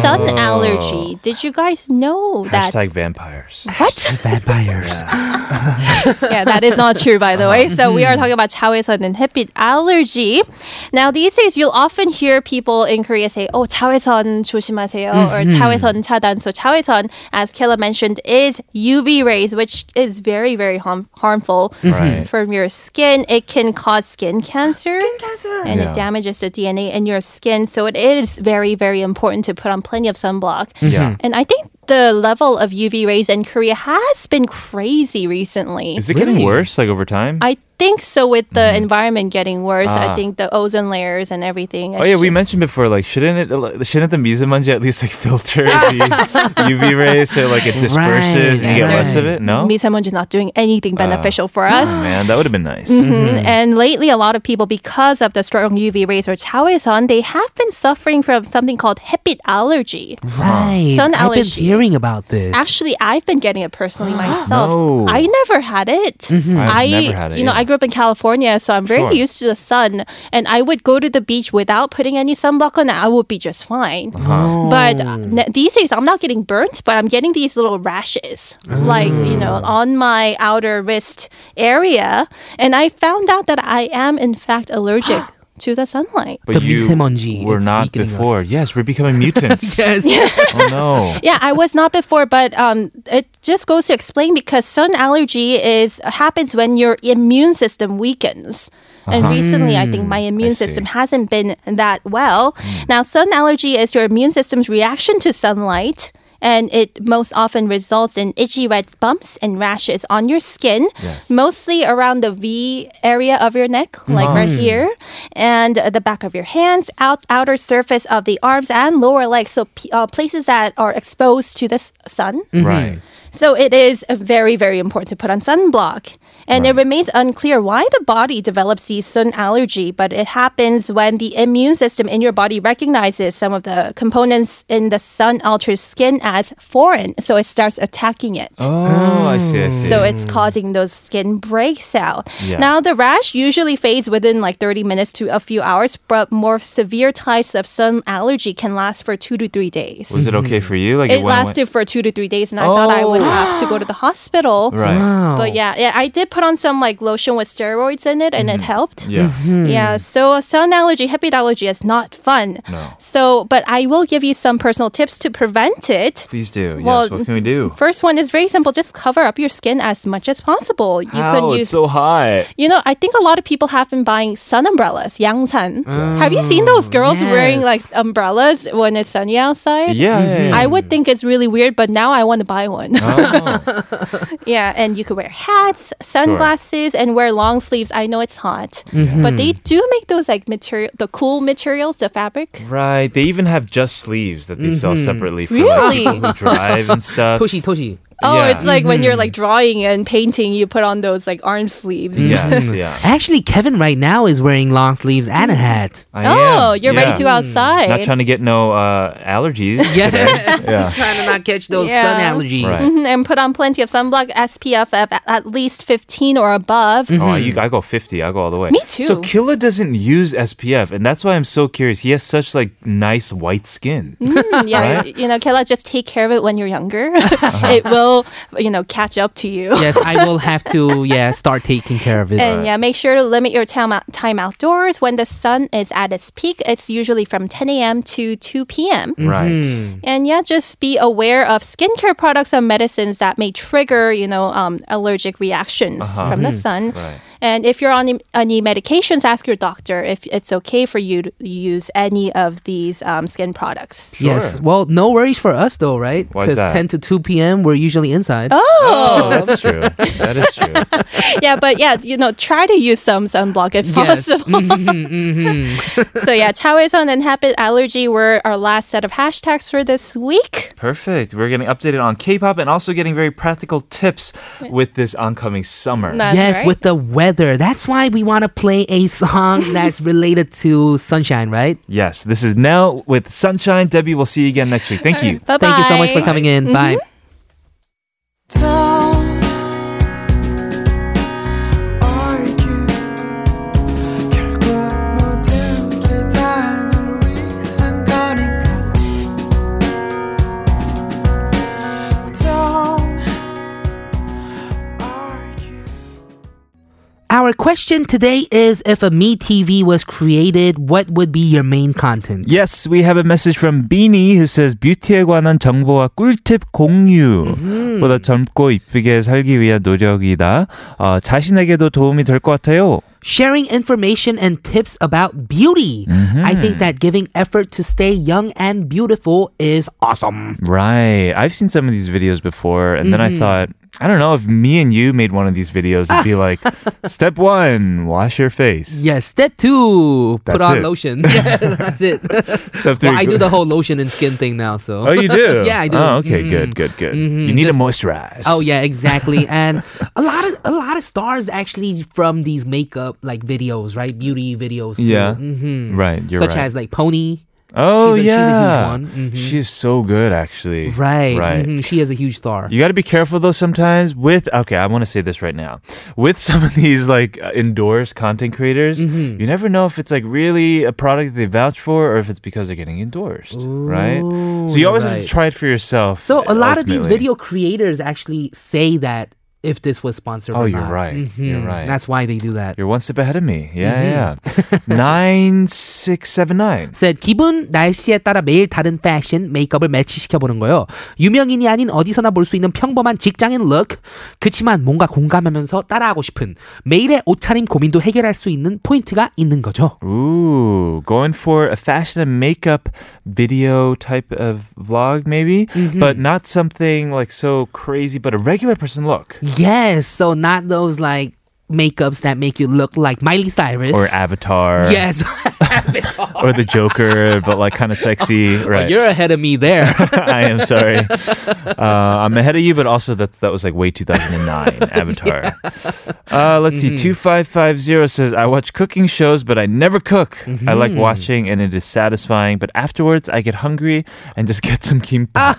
E: sun allergy. Did you guys know that?
B: Mm-hmm. Hashtag vampires.
E: What?
A: Vampires.
E: yeah, that is not true, by the way. So we are talking about 자외선 and 햇빛 allergy. Now, these days, you'll often hear people in Korea say, oh, 자외선 조심하세요, or 자외선 차단. So 자외선, as Kayla mentioned, is UV rays, which is very, very harm- harmful
B: Right.
E: from your skin. It can cause skin cancer. And
B: Yeah.
E: it damages the DNA in your skin. So it is very, very important to put on plenty of sunblock.
B: Yeah.
E: And I think the level of UV rays in Korea has been crazy recently.
B: Is it getting
A: Really?
B: worse, like over time?
E: I think so. With the
B: Mm-hmm.
E: environment getting worse, I think the ozone layers and everything.
B: Ah. Oh yeah, we mentioned before. Like, shouldn't it? Shouldn't the Mizumanji at least like filter the UV rays so like it disperses and you get
A: Right,
B: less of
A: right.
B: it? No, Ah. Oh,
E: Misamonj is not doing anything beneficial for us.
B: man, that would have been nice.
E: Mm, And lately, a lot of people, because of the strong UV rays or 자외선, they have been suffering from something called 햇빛 allergy.
A: Right.
E: Sun
A: I've been
E: allergy.
A: hearing about this.
E: Actually, I've been getting it personally myself.
B: No.
E: I never had it.
B: I've
E: I,
B: never had it
E: you know, I
B: either.
E: grew up in California, so I'm very
B: Sure.
E: used to the sun. And I would go to the beach without putting any sunblock on. I would be just fine.
B: Uh-huh. Oh.
E: But uh, n- these days, I'm not getting burnt, but I'm getting these little rashes, like you know,
B: Oh.
E: on my outer wrist area. And I found out that I am in fact allergic to the sunlight.
B: But
A: The
B: you
A: misemonji,
B: were
A: it's
B: not
A: weakening us.
B: before. Yes, we're becoming mutants.
A: yes.
B: Oh no.
E: Yeah, I was not before, but um, it just goes to explain because sun allergy is happens when your immune system weakens. And recently, I think my immune
B: I
E: system hasn't been that well. Now, sun allergy is your immune system's reaction to sunlight. And it most often results in itchy red bumps and rashes on your skin,
B: Yes.
E: mostly around the V area of your neck, like right here, and the back of your hands, out, outer surface of the arms and lower legs, so p- uh, places that are exposed to the s- sun.
A: Mm-hmm.
B: Right.
E: So it is very, very important to put on sunblock. And it remains unclear why the body develops these sun allergy, but it happens when the immune system in your body recognizes some of the components in the sun altered skin as foreign, so it starts attacking it.
B: Oh, I see. I see.
E: So it's causing those skin breaks out.
B: Mm. Yeah.
E: Now the rash usually fades within like 30 minutes to a few hours, but more severe types of sun allergy can last for two to three days.
B: was it okay for you? Like
E: It
B: went- went-
E: lasted for two to three days, and I thought I
B: Oh,
E: would have to go to the hospital.
B: Right.
E: But yeah, yeah, I did put on some like lotion with steroids in it, and it helped.
B: Mm-hmm. Yeah.
A: Mm-hmm.
E: Yeah, so sun allergy, heat allergy is not fun.
B: No.
E: So, but I will give you some personal tips to prevent it.
B: Please do.
E: Well,
B: yes. What can we do?
E: First one is very simple. Just cover up your skin as much as possible. You
B: How?
E: could use
B: it's so hot.
E: you know, I think a lot of people have been buying sun umbrellas, yangsan.
B: Ah,
E: Have you seen those girls wearing like
A: yes.
E: umbrellas when it's sunny outside?
B: Yeah. Oh, yeah,
E: I would think it's really weird, but now I want to buy one.
B: yeah. Oh,
E: yeah, and you could wear hats, sunglasses, and wear long sleeves. I know it's hot,
B: Mm-hmm.
E: but they do make those like material, the cool materials, the fabric.
B: right. They even have just sleeves that they
A: Mm-hmm.
B: sell separately for like,
E: Really?
B: people who drive and stuff.
A: Toshi, Toshi.
E: Oh,
B: Yeah.
E: it's like when you're
B: Mm-hmm.
E: like drawing and painting, you put on those like arm sleeves.
B: Yes. Yeah.
A: Actually, Kevin right now is wearing long sleeves and a hat.
B: I
E: Oh,
B: am.
E: you're ready to go
B: Yeah. Mm.
E: outside.
B: Not trying to get no uh, allergies.
A: Yes.
B: today. Yeah.
A: Trying to not catch those
E: Yeah.
A: sun allergies.
B: Right.
E: Mhm, and put on plenty of sunblock SPF of at- at least 15 or above.
B: Oh, you,
A: Mm-hmm.
B: I go 50. I go all the way.
E: Me too.
B: So Killa doesn't use SPF, and that's why I'm so curious. He has such like nice white skin.
E: Mm, yeah,
B: Right. Uh-huh.
E: you know, Kayla, just take care of it when you're younger. It will, you know, catch up to you.
A: Yes, I will have to yeah start taking care of it.
E: And yeah, make sure to limit your time, out- time outdoors when the sun is at its peak. It's usually from 10 a.m. to 2 p.m.
B: Mm. Right.
A: Mm-hmm.
E: And yeah, just be aware of skincare products and medicines that may trigger, you know, um, allergic reactions from the sun.
B: Uh-huh. Mm. Right.
E: And if you're on any medications, ask your doctor if it's okay for you to use any of these um, skin products.
A: Yes. Well, no worries for us though, right?
B: Why is that?
A: 10 to 2 p.m. we're usually inside.
B: Oh, that's true. That is true.
E: yeah, but yeah, you know, try to use some sunblock if
A: Yes. Mm-hmm.
E: possible. so yeah, Taoism and habit allergy were our last set of hashtags for this week.
B: Perfect. We're getting updated on K-pop and also getting very practical tips with this oncoming summer.
E: That's
A: yes,
E: right.
A: with the weather. That's why we want to play a song that's related to sunshine, right?
B: Yes, this is Nell with Sunshine. Debbie, we'll see you again next week. Thank you.
E: Bye-bye.
A: Thank you so much for coming in. Bye.
D: argue 결국 모든 게 다 널 위한 거니까 Don't argue
A: Our question today is if a Me TV was created, what would be your main content?
B: Yes, we have a message from Beanie who says 뷰티에 관한 정보와 꿀팁 공유. 보다 젊고 이쁘게 살기 위한 노력이다. 어, 자신에게도 도움이 될 것 같아요.
A: Sharing information and tips about beauty.
B: Mm-hmm.
A: I think that giving effort to stay young and beautiful is awesome.
B: Right. I've seen some of these videos before, and then
A: Mm-hmm.
B: I thought, I don't know if me and you made one of these videos, it'd be like, step one, wash your face.
A: Yes, step two, put
B: That's
A: on
B: it.
A: lotion. Yeah, that's it.
B: Step
A: well, I
B: go-
A: do the whole lotion and skin thing now, so.
B: Oh, you do?
A: Yeah, I do. Mm-hmm.
B: Oh, okay, good, good, good. You need to moisturize.
A: Oh yeah, exactly. And a lot of a lot of stars actually from these makeup like videos, right? Beauty videos. too.
B: Yeah.
A: Mhm.
B: Right, you're
A: Such
B: right.
A: as like Pony.
B: oh,
A: she's a- she's a huge
B: yeah.
A: one. Mhm.
B: She's so good, actually.
A: Right.
B: Right.
A: mhm. She is a huge star.
B: You got to be careful though sometimes with okay, I want to say this right now. With some of these like uh, endorsed content creators,
A: Mm-hmm.
B: you never know if it's like really a product that they vouch for or if it's because they're getting endorsed, right? So you
A: you're
B: always have to
A: right.
B: try it for yourself.
A: so a lot of these
B: ultimately.
A: video creators actually say that if this was sponsored.
B: Oh,
A: or
B: you're
A: not.
B: right. You're
A: Mhm.
B: right.
A: That's why they do that.
B: You're one step ahead of me.
A: Mm-hmm.
B: Yeah, yeah. 9679.
A: said 기분, 날씨에 따라 매일 다른 패션, 메이크업을 매치시켜 보는 거예요. 유명인이 아닌 어디서나 볼 수 있는 평범한 직장인 룩. 그치만 뭔가 공감하면서 따라하고 싶은 매일의 옷차림 고민도 해결할 수 있는 포인트가 있는 거죠.
B: Ooh, going for a fashion and makeup video type of vlog, maybe,
A: Mm-hmm.
B: but not something like so crazy, but a regular person look.
A: Yes, so not those like makeups that make you look like Miley Cyrus.
B: Or Avatar.
A: yes,
B: Or the Joker, but like kind of sexy. Right.
A: you're ahead of me there.
B: I am sorry. Uh, I'm ahead of you, but also that that was like way 2009 Avatar. Uh, let's
A: Mm-hmm.
B: see. 2550 says, I watch cooking shows, but I never cook. I like
A: Mm-hmm.
B: watching and it is satisfying, but afterwards I get hungry and just get some kimbap.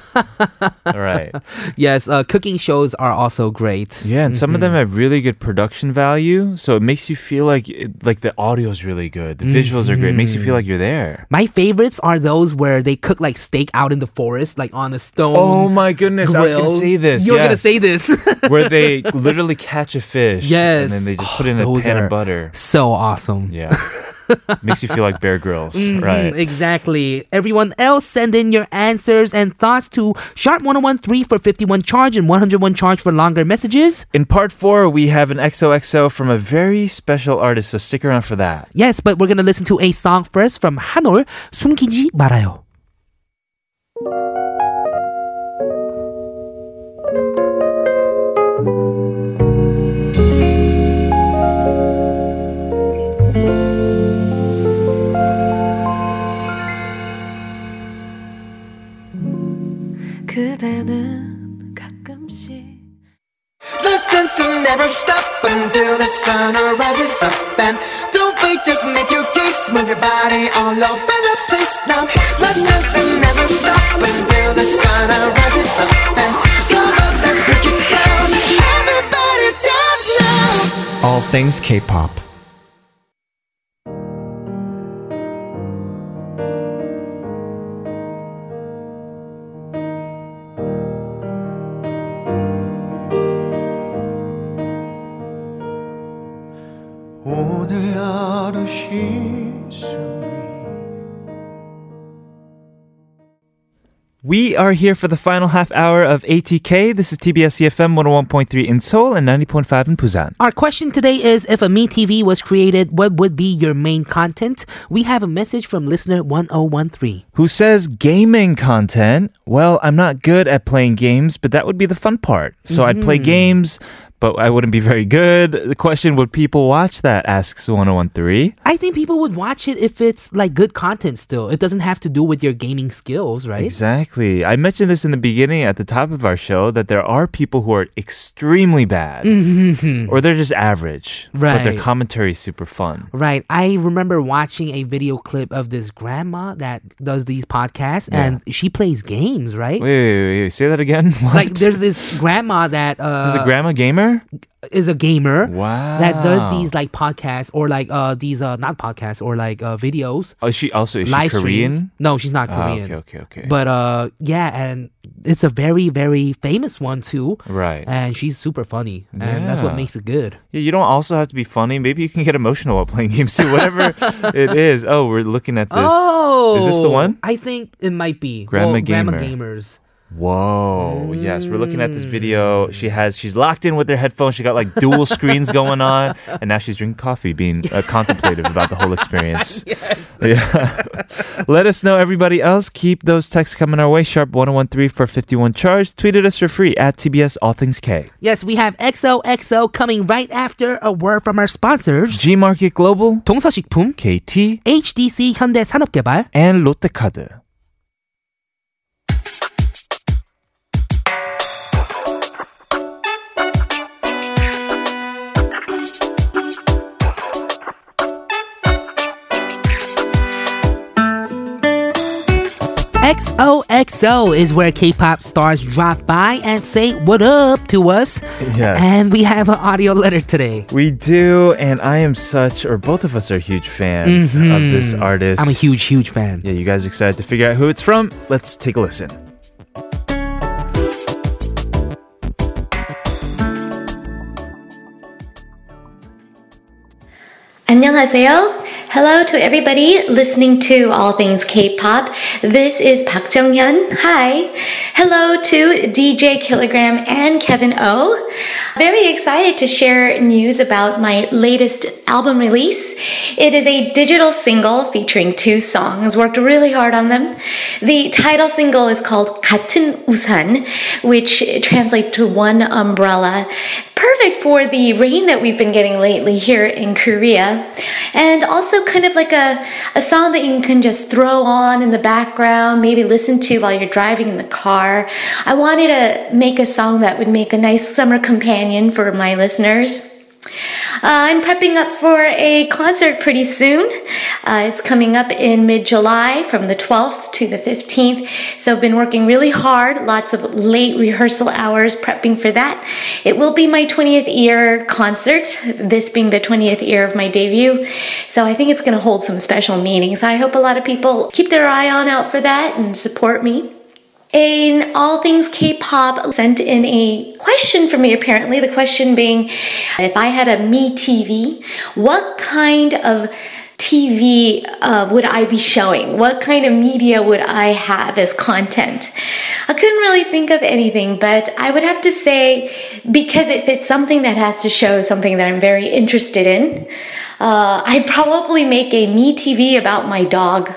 B: All right.
A: yes, uh, cooking shows are also great.
B: Yeah, and some of
A: Mm-hmm.
B: them have really good production value, so it makes you feel like it, like the audio is really good, the visuals are great. It makes you feel
A: Mm-hmm.
B: like you're there.
A: My favorites are those where they cook like steak out in the forest, like on a stone.
B: Oh my goodness! I was gonna
A: grill.
B: say this.
A: You're gonna
B: yes.
A: say this.
B: where they literally catch a fish.
A: Yes.
B: And then they just put
A: Oh,
B: it in a
A: those
B: pan
A: are-
B: of butter.
A: so awesome.
B: Yeah. Makes you feel like Bear Grylls,
A: Mm,
B: right?
A: Exactly. Everyone else, send in your answers and thoughts to sharp1013 for 51 charge and 101 charge for longer messages.
B: In part four, we have an XOXO from a very special artist, so stick around for that.
A: Yes, but we're going to listen to a song first from Hanul, 숨기지 말아요.
D: 그대는 가끔씩
C: Listen to never stop until the sun rises up and don't wait, just make your case, move your body all over the place now. Listen to never stop until the sun rises up and come on, let's break it down. Everybody dance now.
G: All things K-pop.
D: 오늘 하루 쉴숨이
B: We are here for the final half hour of ATK. This is TBS EFM 101.3 in Seoul and 90.5 in Busan.
A: Our question today is if a Me TV was created, what would be your main content? We have a message from listener 1013.
B: Who says gaming content? Well, I'm not good at playing games, but that would be the fun part. So I'd play
A: Mm-hmm.
B: games, but I wouldn't be very good. The question would people watch that? asks 1013.
A: I think people would watch it if it's like good content still. It doesn't have to do with your gaming skills, right?
B: Exactly. I mentioned this in the beginning at the top of our show that there are people who are extremely bad or they're just average, but their
A: Mm-hmm. Right.
B: commentary is super fun.
A: Right. I remember watching a video clip of this grandma that does these podcasts and she plays games, right?
B: Wait, wait, wait, wait. say that again. What?
A: Like there's this grandma that uh,
B: Is a grandma gamer?
A: is a gamer
B: Wow.
A: that does these like podcasts or like uh these uh not podcasts or like uh videos
B: Oh, is she also is she
A: live
B: Korean?
A: streams. No, she's not
B: Ah,
A: Korean.
B: okay, okay, okay.
A: But uh yeah, and it's a very very famous one too.
B: Right.
A: And she's super funny, and that's what
B: Yeah.
A: makes it good.
B: Yeah, you don't also have to be funny. Maybe you can get emotional while playing games too. Whatever it is. Oh, we're looking at this.
A: Oh,
B: Is this the one?
A: I think it might be
B: Grandma
A: Well, Grandma
B: Gamer.
A: gamers.
B: Whoa. Mm. Yes, we're looking at this video. She has she's locked in with her headphones. She got like dual screens going on, and now she's drinking coffee, being uh, contemplative about the whole experience. yes. Yeah. Let us know, everybody else. Keep those texts coming our way. Sharp one one three for fifty one charge. Tweet at us for free at TBS All Things K.
A: Yes, we have XOXO coming right after a word from our sponsors.
B: G Market Global,
A: 동서식품,
B: KT,
A: HDC 현대 산업개발.
B: and Lottecard.
A: XOXO is where K-pop stars drop by and say what up to us.
B: Yes.
A: And we have an audio letter today.
B: We do, and I am such, or both of us are huge fans of this artist.
A: Mm-hmm. I'm a huge, huge fan.
B: Yeah, you guys excited to figure out who it's from? Let's take a listen.
H: 안녕하세요. Hello to everybody listening to all things K-pop. This is Park Jonghyun. Hi. Hello to DJ Kilogram and Kevin O. Very excited to share news about my latest album release. It is a digital single featuring two songs. Worked really hard on them. The title single is called 같은 우산, which translates to one umbrella perfect for the rain that we've been getting lately here in Korea. And also kind of like a, a song that you can just throw on in the background, maybe listen to while you're driving in the car. I wanted to make a song that would make a nice summer companion for my listeners. Uh, I'm prepping up for a concert pretty soon. Uh, it's coming up in mid July from the 12th to the 15th. So I've been working really hard, lots of late rehearsal hours prepping for that. It will be my 20th year concert, this being the 20th year of my debut. So I think it's going to hold some special meaning. So I hope a lot of people keep their eye on out for that and support me. In all things K-pop, sent in a question for me. Apparently, the question being, if I had a Me TV, what kind of TV uh, would I be showing? What kind of media would I have as content? I couldn't really think of anything, but I would have to say because if it's something that has to show something that I'm very interested in, uh, I'd probably make a Me TV about my dog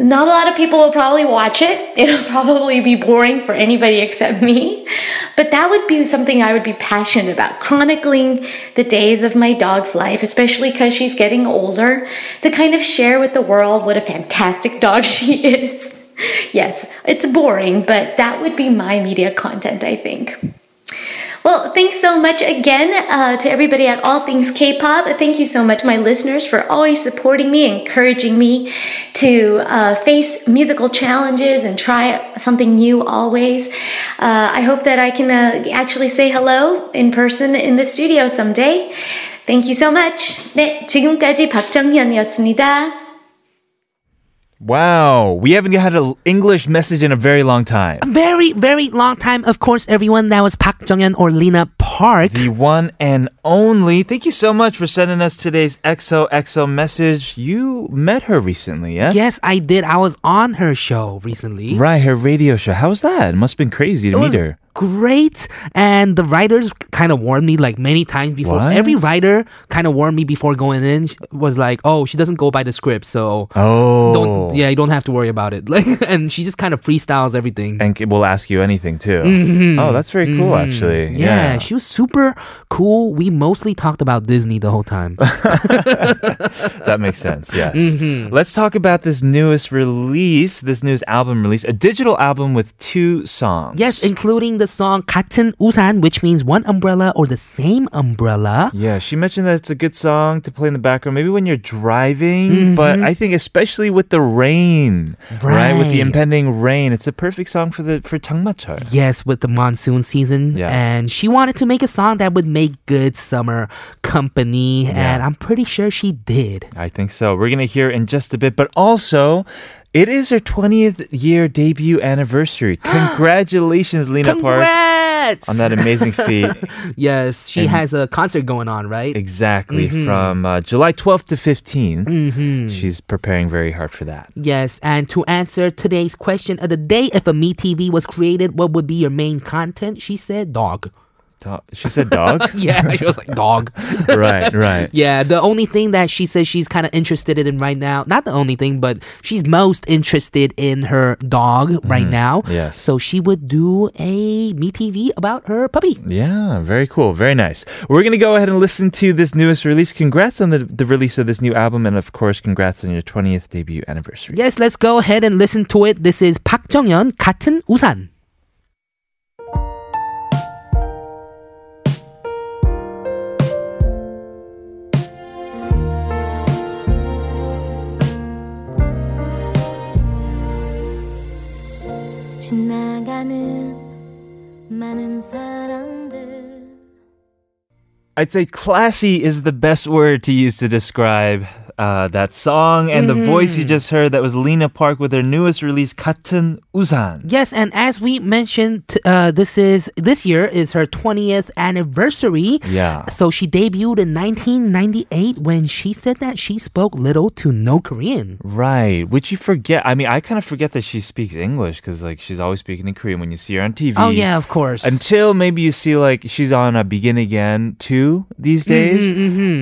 H: not a lot of people will probably watch it. It'll probably be boring for anybody except me. But that would be something I would be passionate about chronicling the days of my dog's life, especially because she's getting older, to kind of share with the world what a fantastic dog she is. yes, it's boring, but that would be my media content, I think. Well, thanks so much again uh, to everybody at All Things K-pop. Thank you so much, my listeners, for always supporting me, encouraging me to uh, face musical challenges and try something new always. Uh, I hope that I can uh, actually say hello in person in the studio someday. Thank you so much. 네, 지금까지 박정현이었습니다.
B: Wow, we haven't had an English message in a very long time.
A: Very, very long time. Of course, everyone, that was Park Jonghyun or Lena Park.
B: The one and only. Thank you so much for sending us today's XOXO message. You met her recently, yes?
A: Yes, I did. I was on her show recently.
B: Right, her radio show. How was that? It must have been crazy to
A: It
B: meet
A: was
B: her.
A: Great, and the writers kind of warned me like many times before.
B: What?
A: Every writer kind of warned me before going in. She was like, "Oh, she doesn't go by the script, so
B: Oh.
A: don't yeah, you don't have to worry about it." Like, and she just kind of freestyles everything.
B: And c- we'll ask you anything, too. Oh, that's very cool, actually.
A: Mm-hmm. yeah, she was super cool. We mostly talked about Disney the whole time.
B: that makes sense. Yes.
A: Mm-hmm.
B: Let's talk about this newest release, this newest album release, a digital album with two songs.
A: Yes, including the song 같은 우산, which means one umbrella or the same umbrella.
B: Yeah, she mentioned that it's a good song to play in the background, maybe when you're driving. But I think, especially with the rain, right.
A: Mm-hmm.
B: With the
A: Right.
B: impending rain, it's a perfect song for the for 장마철.
A: Yes, with the monsoon season.
B: Yes.
A: And she wanted to make a song that would make good summer company. And I'm pretty sure she did.
B: I think so. We're gonna hear in just a bit, but also. It is her 20th year debut anniversary. Congratulations, Lena Park,
A: Congrats!
B: on that amazing feat.
A: yes, she has a concert going on, right?
B: Exactly. From uh, July 12th to 15th. She's preparing very hard for that.
A: Yes, and to answer today's question of the day, if a Me TV was created, what would be your main content? She said dog.
B: Do- she said dog?
A: Yeah, she was like dog.
B: right, right.
A: Yeah, the only thing that she says she's kind of interested in right now, not the only thing, but she's most interested in her dog right now.
B: Mm-hmm. yes.
A: So she would do a Me TV about her puppy.
B: Yeah, very cool. Very nice. We're going to go ahead and listen to this newest release. Congrats on the, the release of this new album. And of course, congrats on your 20th debut anniversary.
A: Yes, let's go ahead and listen to it. This is Park Jonghyun, 같은 우산.
G: 지나가는 많은 사람들
B: I'd say classy is the best word to use to describe uh, that song. And the voice you just heard, that was Lena Park with her newest release, 같은 우산.
A: Yes, and as we mentioned, t- uh, this is this year is her 20th anniversary.
B: Yeah.
A: So she debuted in 1998 when she said that she spoke little to no Korean.
B: Right, which you forget. I mean, I kind of forget that she speaks English because like she's always speaking in Korean when you see her on TV.
A: Oh yeah, of course.
B: Until maybe you see like she's on a Begin Again too these
A: Mm-hmm,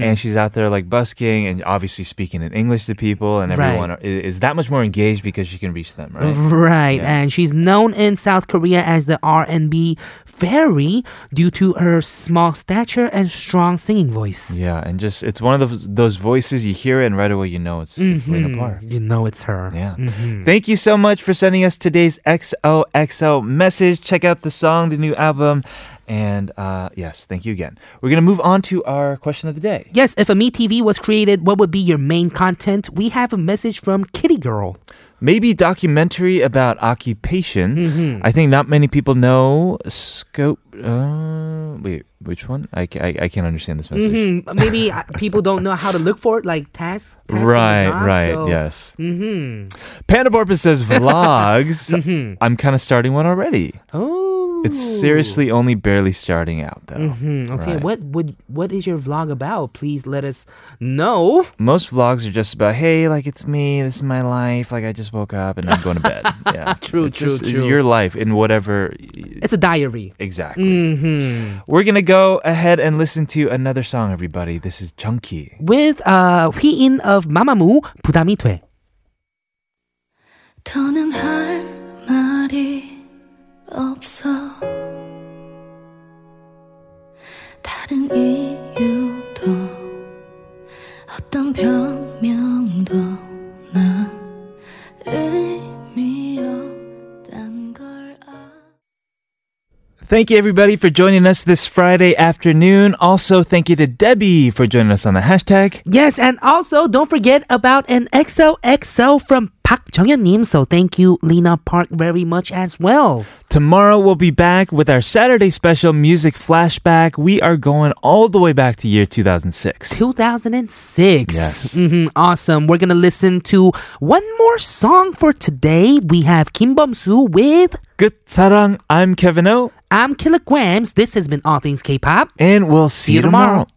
B: days, and she's out there like busking and obviously speaking in English to people, and
A: Right.
B: everyone i- is that much more engaged because she can reach them, right?
A: Right,
B: Yeah.
A: and she's known in South Korea as the R&B fairy due to her small stature and strong singing voice.
B: Yeah, and just it's one of those those voices you hear it and right away you know it's,
A: Mm-hmm.
B: it's Lena Park.
A: You know it's her. Mm-hmm.
B: Yeah. Thank you so much for sending us today's XOXO message. Check out the song, the new album, And uh, yes, thank you again. We're going to move on to our question of the day.
A: Yes, if a Me TV was created, what would be your main content? We have a message from Kitty Girl.
B: Maybe documentary about occupation. I think not many people know scope. Uh, wait, which one? I, ca- I, I can't understand this message.
A: Mm, Maybe uh, people don't know how to look for it, like tasks. tasks on the
B: Right,
A: job,
B: right,
A: so-
B: yes. Mm-hmm. Pandaborpus says vlogs. I'm kind of starting one already.
A: Oh,
B: It's seriously only barely starting out, though. Mm-hmm,
A: Okay, what would what is your vlog about? Please let us know.
B: Most vlogs are just about, hey, like it's me, this is my life, like I just woke up and I'm going to bed. Yeah,
A: True,
B: It's
A: true,
B: just- it's
A: true.
B: Your life in whatever.
A: It's a diary. Mm.
B: Exactly.
A: Mm-hmm.
B: We're gonna go ahead and listen to another song, everybody. This is Chunky.
A: With uh Hui-in of Mamamoo, 부담이 돼.
G: 더는 할 말이 없어 다른 이유도 어떤 변명도 난 의미 없단 걸 알아
B: Thank you, everybody, for joining us this Friday afternoon. Also, thank you to Debbie for joining us on the hashtag.
A: Yes, and also don't forget about an XOXO from Park Jonghyun Nim. So thank you, Lena Park, very much as well.
B: Tomorrow, we'll be back with our Saturday special music flashback. We are going all the way back to year 2006.
A: 2006.
B: Yes.
A: hmm awesome. We're gonna listen to one more song for today. We have Kim Bum Soo with
B: Good sarang. I'm Kevin O,
A: I'm Kilograms. This has been All Things K-pop.
B: and we'll see,
A: See you tomorrow.
B: tomorrow.